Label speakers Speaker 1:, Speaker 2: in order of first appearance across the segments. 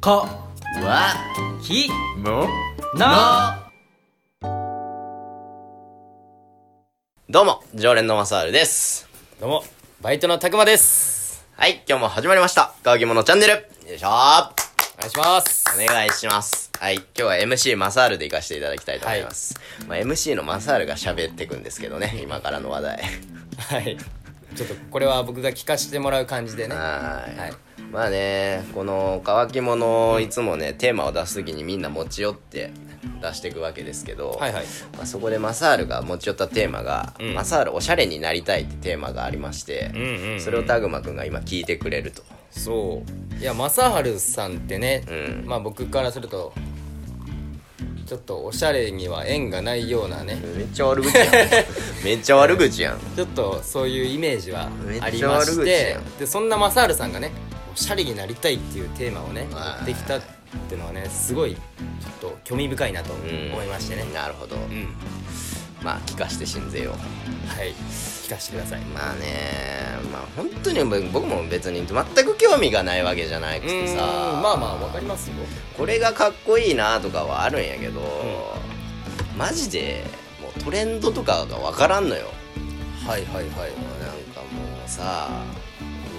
Speaker 1: か
Speaker 2: わ
Speaker 1: き
Speaker 2: も
Speaker 1: な
Speaker 2: どうも常連のマサールです
Speaker 1: どうもバイトのたくまです
Speaker 2: はい今日も始まりました「かわきものチャンネル」よいしょ
Speaker 1: お願いします
Speaker 2: お願いしますはい今日は MC マサールで行かせていただきたいと思います、まあ、MC のマサールが喋ってくんですけどね今からの話題
Speaker 1: はいちょっとこれは僕が聞かせてもらう感じでね
Speaker 2: はーい
Speaker 1: はい
Speaker 2: まあねこの乾き物をいつもねテーマを出す時にみんな持ち寄って出していくわけですけど、
Speaker 1: はいはい
Speaker 2: まあ、そこでマサールが持ち寄ったテーマが「
Speaker 1: ん
Speaker 2: マサールおしゃれになりたい」ってテーマがありまして、
Speaker 1: んうんうん
Speaker 2: それをタグマくんが今聞いてくれると
Speaker 1: そういや正治さんってね、
Speaker 2: うん
Speaker 1: まあ僕からするとちょっとおしゃれには縁がないようなね
Speaker 2: めっちゃ悪 口やんめっちゃ悪口やん
Speaker 1: ちょっとそういうイメージは
Speaker 2: めっちゃ
Speaker 1: ありまし
Speaker 2: 悪口
Speaker 1: て
Speaker 2: やん
Speaker 1: でそんな正治さんがねおしゃれになりたいっていうテーマをね持
Speaker 2: はい
Speaker 1: ってきたっていうのはねすごいちょっと興味深いなと
Speaker 2: うん
Speaker 1: 思いましてね
Speaker 2: なるほど
Speaker 1: うん、
Speaker 2: まあ聞かして信ぜよう
Speaker 1: はい聞かせてください
Speaker 2: まあねまあ本当に僕も別に全く興味がないわけじゃなくてさ
Speaker 1: うんまあまあわかりますよ
Speaker 2: これがかっこいいなとかはあるんやけど、マジでもうトレンドとかが分からんのよ
Speaker 1: はいはいはい
Speaker 2: もうなんかもうさ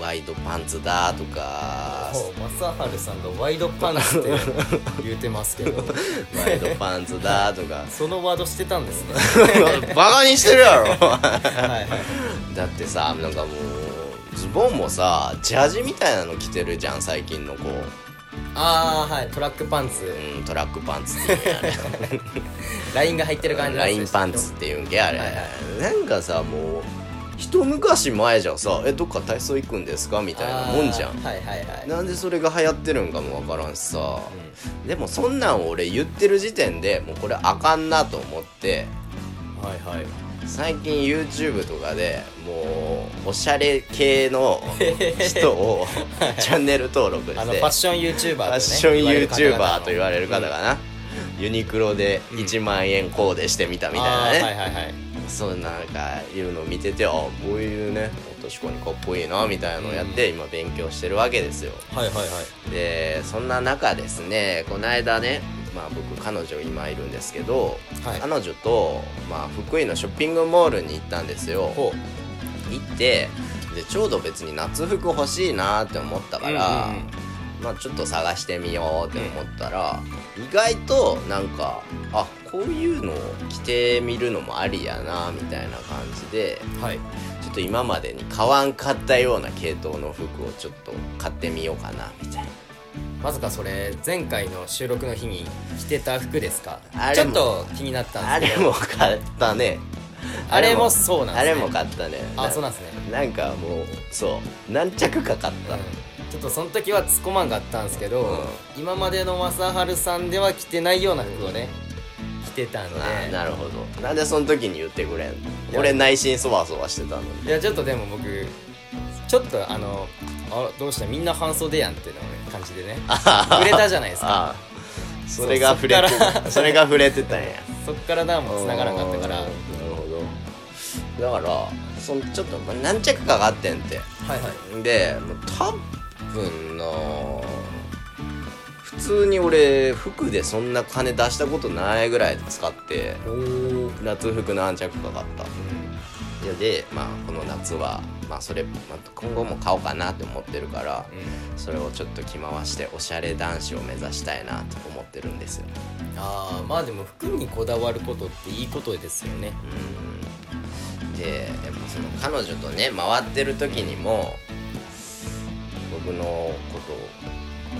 Speaker 2: ワイドパンツだとか
Speaker 1: 正治さんがワイドパンツって 言うてますけど
Speaker 2: ワイドパンツだとか
Speaker 1: そのワードしてたん ですね
Speaker 2: バカにしてるやろ
Speaker 1: はいはい
Speaker 2: だってさなんかもうズボンもさジャージみたいなの着てるじゃん最近の子、う
Speaker 1: ああはいトラックパンツ
Speaker 2: ん、トラックパンツっていうんやあれ
Speaker 1: ラインが入ってる感じなん
Speaker 2: ラ
Speaker 1: です
Speaker 2: イ
Speaker 1: ね
Speaker 2: ンパンツっていうんけあれ、
Speaker 1: はいはい
Speaker 2: なんかさもう一昔前じゃんさ「えどっか体操行くんですか?」みたいなもんじゃ
Speaker 1: あ
Speaker 2: ん
Speaker 1: ーはいはいはい
Speaker 2: なんでそれが流行ってるんかもわからんしさ、でもそんなん俺言ってる時点でもうこれあかんなと思って
Speaker 1: はいはい
Speaker 2: 最近 YouTube とかでもうおしゃれ 系の人をチャンネル登録して
Speaker 1: あのファッション YouTuber
Speaker 2: ファッション YouTuber と言わ
Speaker 1: れ
Speaker 2: れる方がな、ユニクロで1万円コーデしてみたみたいなね、
Speaker 1: はいはいはい
Speaker 2: そうなんかいうのを見ててあこういうね確かにかっこいいなみたいなのをやって今勉強してるわけですよ
Speaker 1: はいはいはい
Speaker 2: でそんな中ですねこの間ねまあ僕彼女今いるんですけど、
Speaker 1: はい
Speaker 2: 彼女と、まあ、福井のショッピングモールに行ったんですよ行
Speaker 1: ほう
Speaker 2: ってでちょうど別に夏服欲しいなって思ったから、
Speaker 1: うんうん
Speaker 2: まあ、ちょっと探してみようって思ったら、意外となんかあこういうのを着てみるのもありやなみたいな感じで
Speaker 1: うんはい
Speaker 2: ちょっと今までに買わんかったような系統の服をちょっと買ってみようかなみたいな
Speaker 1: まさかそれ前回の収録の日に着てた服ですか
Speaker 2: あ
Speaker 1: ち
Speaker 2: れ
Speaker 1: ょっ
Speaker 2: も
Speaker 1: と気になった
Speaker 2: あ
Speaker 1: んです
Speaker 2: れも買ったね
Speaker 1: あれもそうなんです
Speaker 2: あ
Speaker 1: ね
Speaker 2: れも買ったね
Speaker 1: あそうなんですね
Speaker 2: なんかもうそう何着か買っ
Speaker 1: う
Speaker 2: た、
Speaker 1: んちょっとその時は突っ込まんかったんですけど、
Speaker 2: う
Speaker 1: 今までの正治さんでは着てないような服をね着てたんで
Speaker 2: あなるほどなんでその時に言ってくれん
Speaker 1: いや
Speaker 2: 俺内心そわそわしてたのに
Speaker 1: いやちょっとでも僕ちょっとあのあどうしたみんな半袖やんっていうのをね感じでね触れたじゃないですか
Speaker 2: ああそれが触れて
Speaker 1: そっか
Speaker 2: それが触れてたんや
Speaker 1: そっからなもう繋がらんかったから
Speaker 2: な
Speaker 1: は
Speaker 2: る
Speaker 1: い
Speaker 2: ほどだからそのちょっとま何着かがあってんて
Speaker 1: はい
Speaker 2: でもう多分な普通に俺服でそんな金出したことないぐらい使って
Speaker 1: おお
Speaker 2: 夏服何着か買ったいやでまあこの夏はまあそれ、まあ、今後も買おうかなって思ってるからそれをちょっと着回しておしゃれ男子を目指したいなと思ってるんですよ
Speaker 1: あーまあでも服にこだわることっていいことですよね
Speaker 2: うんでやっぱその彼女とね回ってる時にも僕のことを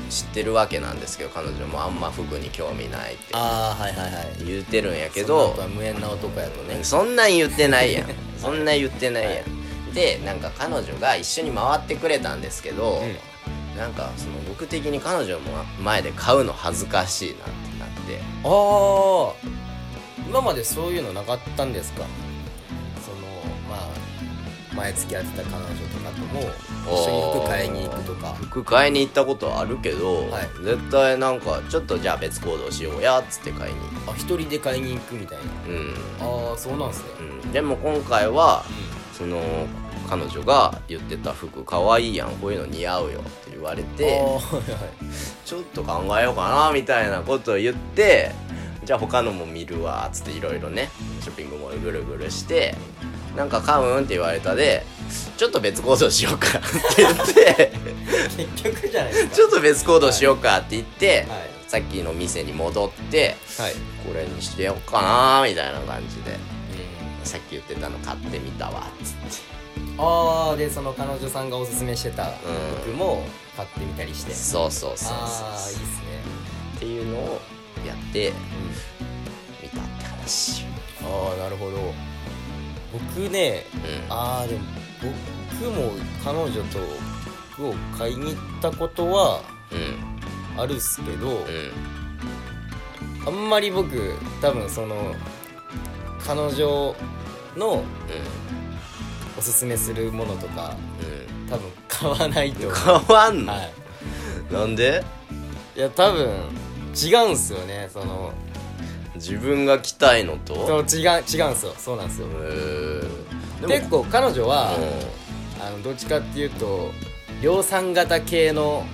Speaker 2: 知ってるわけなんですけど彼女もあんま服に興味ないって
Speaker 1: ああはいはいはい
Speaker 2: 言うてるんやけ
Speaker 1: け
Speaker 2: ど
Speaker 1: ど無縁な男やとね
Speaker 2: そんなん言ってな いやんそんなん言ってないやん、でなんか彼女が一緒に回ってくれたんですけど、なんかその僕的に彼女も前で買うの恥ずかしいなってなって
Speaker 1: ああ今までそういうのなかったんですかそのまあ前付き合ってた彼女とかとも一緒に服買いに行くとか
Speaker 2: 服買いに行ったことはあるけど、
Speaker 1: はい
Speaker 2: 絶対なんかちょっとじゃあ別行動しようやっつって買いに
Speaker 1: あ一人で買いに行くみたいな
Speaker 2: うん、
Speaker 1: ああそうなんすね
Speaker 2: うん、でも今回はその彼女が言ってた服かわいいやんこういうの似合うよって言われて
Speaker 1: あーはいはい
Speaker 2: ちちょっと考えようかなみたいなことを言ってじゃあ他のも見るわっつっていろいろねショッピングモールぐるぐるしてなんか買うんって言われたでちょっと別行動しようかって言って
Speaker 1: 結局じゃないですか
Speaker 2: ちょっと別行動しようかって言って、
Speaker 1: はい
Speaker 2: さっきの店に戻って
Speaker 1: はい、
Speaker 2: これにしてようかなみたいな感じで
Speaker 1: う
Speaker 2: さっき言ってたの買ってみたわっつって
Speaker 1: ん、ああでその彼女さんがおすすめしてた
Speaker 2: うん
Speaker 1: 服も買ってみたりして、
Speaker 2: そうそうそう
Speaker 1: ああいいっ
Speaker 2: そう
Speaker 1: すね、
Speaker 2: っていうのをやってみたって話
Speaker 1: ああなるほど僕ね
Speaker 2: うん
Speaker 1: ああでも僕も彼女と服を買いに行ったことは
Speaker 2: うん
Speaker 1: あるっすけど、
Speaker 2: うん
Speaker 1: あんまり僕多分その彼女のおすすめするものとか
Speaker 2: う
Speaker 1: 多分買わないと
Speaker 2: んうん
Speaker 1: 思
Speaker 2: 変わん
Speaker 1: う、
Speaker 2: の、
Speaker 1: はい、
Speaker 2: なんで
Speaker 1: いや多分違うんすよねその
Speaker 2: 自分が着たいの
Speaker 1: そう
Speaker 2: と
Speaker 1: 違う違うんすよそうなんですよ
Speaker 2: うーんで
Speaker 1: 結構彼女は
Speaker 2: うん
Speaker 1: あのどっちかっていうと量産型系の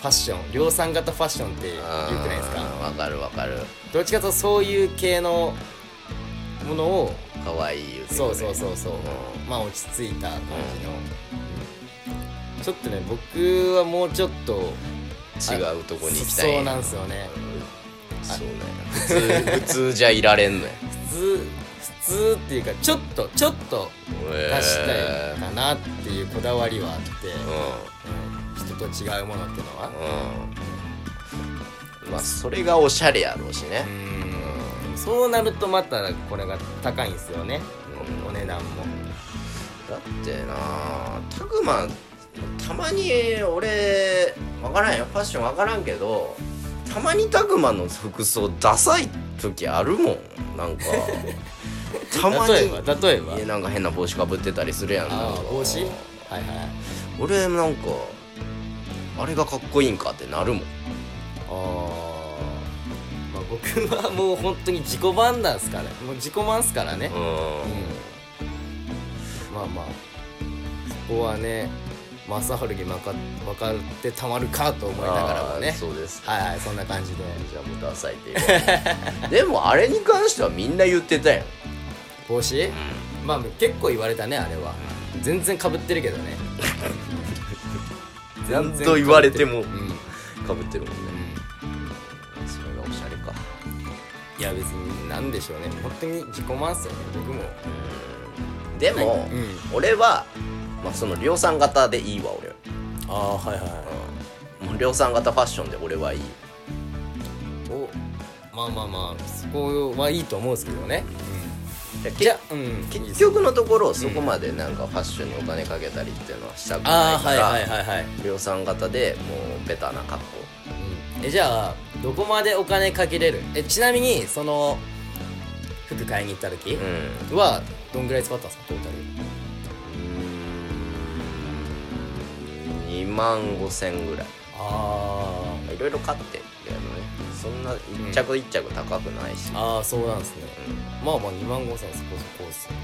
Speaker 1: ファッション量産型ファッションって
Speaker 2: う
Speaker 1: 言
Speaker 2: ん
Speaker 1: うくないですか
Speaker 2: わかるわかる
Speaker 1: どっちかというとそういう系のものを
Speaker 2: かわいい言てくれ
Speaker 1: そうそうそうそうまあ落ち着いた感じの、ちょっとね僕はもうちょっと
Speaker 2: 違うとこに行きたい
Speaker 1: そうなんすよね
Speaker 2: そうなんや普通普通じゃいられんのや
Speaker 1: 普通普通っていうかちょっとちょっと出した
Speaker 2: え
Speaker 1: いかなっていうこだわりはあって、
Speaker 2: ー
Speaker 1: 人と違うものっていうのは
Speaker 2: うんうんまあそれがおしゃれやろうしね
Speaker 1: うんそうなるとまたこれが高いんですよね
Speaker 2: う
Speaker 1: お
Speaker 2: ん
Speaker 1: 値段も
Speaker 2: だってなあタグマたまに俺わからんよファッションわからんけどたまにタグマの服装ダサい時あるもんなん かたまに
Speaker 1: 例えば例えば
Speaker 2: いやなんか変な帽子かぶってたりするや
Speaker 1: あ
Speaker 2: んなん
Speaker 1: あ
Speaker 2: か
Speaker 1: 帽子はいはい
Speaker 2: 俺なんかあれがかっこいいんかってなるもん
Speaker 1: あー、まあ僕はもう本当に自己満なんすからもう自己満っすからね、うんまあまあそこはね正治に分か分かってたまるかと思いながらも
Speaker 2: あー
Speaker 1: ね
Speaker 2: そうですか
Speaker 1: はいはいそんな感じで
Speaker 2: じゃあもうダサいって言わでもあれに関してはみんな言ってたやん
Speaker 1: 帽子、まあ結構言われたねあれは全然かぶってるけどね
Speaker 2: なんと言われても
Speaker 1: うん、うん、
Speaker 2: かぶってるもんねそれがおしゃれか
Speaker 1: いや別になんでしょうね本当に自己満っすよね僕も
Speaker 2: でも、
Speaker 1: うん
Speaker 2: 俺は、まあ、その量産型でいいわ俺、
Speaker 1: ああはいはい、
Speaker 2: うん、もう量産型ファッションで俺はいい
Speaker 1: おまあまあまあそこはいいと思うんですけどね、
Speaker 2: いやけ
Speaker 1: じゃあうん
Speaker 2: 結局のところそこまでなんかファッションにお金かけたりっていうのはしたくな
Speaker 1: あ
Speaker 2: い
Speaker 1: あは
Speaker 2: か
Speaker 1: い
Speaker 2: ら、
Speaker 1: はいはいはい、
Speaker 2: 量産型でもうベタな格好
Speaker 1: うん、えじゃあどこまでお金かけれるえちなみにその服買いに行った時
Speaker 2: うん
Speaker 1: はどんぐらい使ったんですかトータル
Speaker 2: 2万5千ぐらい
Speaker 1: あ
Speaker 2: いろいろ買ってってやるのねそんな一着一着高くないし、
Speaker 1: ーあーそうなんですね
Speaker 2: うん
Speaker 1: まあまあ2万5000そこそこですね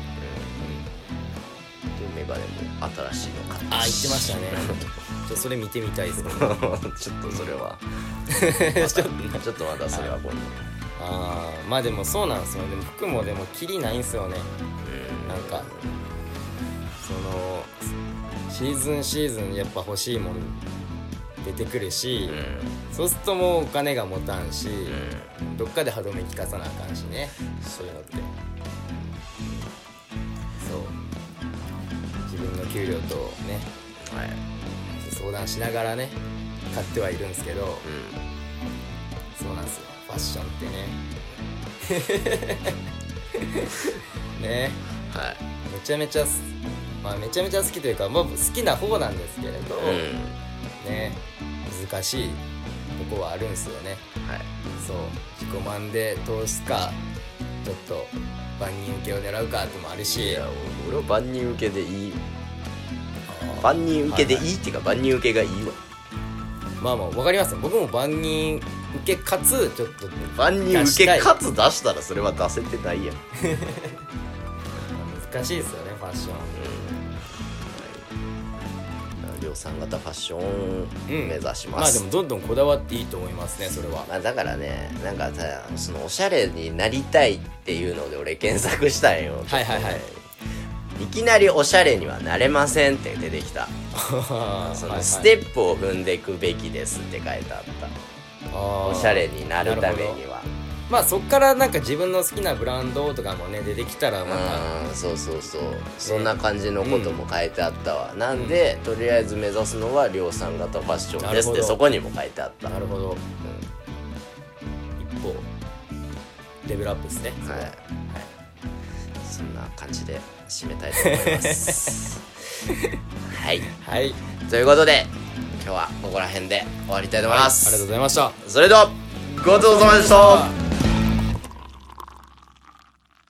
Speaker 2: うんでメガネも新しいの買った
Speaker 1: ああ言ってましたね ちょっとそれ見てみたいですね
Speaker 2: ちょっとそれ は
Speaker 1: ちょっと
Speaker 2: ちょっとまだそれは今度、
Speaker 1: ああまあでもそうなんですよねでも服もでもキリないんですよね
Speaker 2: うん
Speaker 1: なんかそのシーズンシーズンやっぱ欲しいもの出てくるし
Speaker 2: うん、
Speaker 1: そうするともうお金が持たんし、
Speaker 2: う
Speaker 1: どっかで歯止め効かさなあかんしねそういうのってそう自分の給料とね
Speaker 2: んはい
Speaker 1: 相談しながらね買ってはいるんですけど
Speaker 2: う
Speaker 1: そうなんですよファッションってね ね
Speaker 2: んはい
Speaker 1: めちゃめちゃすまあめちゃめちゃ好きというか、まあ、好きな方なんですけれど、
Speaker 2: う
Speaker 1: ね難しいとこはあるんですよね
Speaker 2: んはい
Speaker 1: そう自己満で通すかちょっと万人受けを狙うかってもある
Speaker 2: い
Speaker 1: し
Speaker 2: や俺は万人受けでいい
Speaker 1: あ
Speaker 2: 万人受けでいいっていうか万人受けがいいわ
Speaker 1: まあまあ分かります僕も万人受けかつちょっと
Speaker 2: 万人受けかつ出したらそれは出せてないやん、
Speaker 1: 難しいですよねファッション
Speaker 2: うん、り量産型ファッションを
Speaker 1: うん
Speaker 2: 目指し
Speaker 1: ま
Speaker 2: ま、
Speaker 1: あですもどんどんこだわっていいと思いますねそれは
Speaker 2: まあ、だからねなんかさそのおしゃれになりたいっていうので俺検索したんよ
Speaker 1: はいはいはい
Speaker 2: いきなりおしゃれにはなれませんって出てきた そのステ
Speaker 1: ッ
Speaker 2: ップを踏んでいくべきですって書いてあった
Speaker 1: プ
Speaker 2: お
Speaker 1: お
Speaker 2: しゃれになるためには
Speaker 1: まあそっからなんか自分の好きなブランドとかもね出てきたらまた
Speaker 2: うんそうそうそうそんな感じのことも書いてあったわ、なんで、とりあえず目指すのは量産型ファッションですっ
Speaker 1: なるほ
Speaker 2: て
Speaker 1: ど
Speaker 2: そこにも書いてあった
Speaker 1: なるほど
Speaker 2: う
Speaker 1: 一歩レベルアップですね
Speaker 2: んはい、そんな感じで締めたいと思います はい
Speaker 1: はい
Speaker 2: ということで今日はここら辺で終わりたいと思います、
Speaker 1: ありがとうございました
Speaker 2: それではごちそうさまでした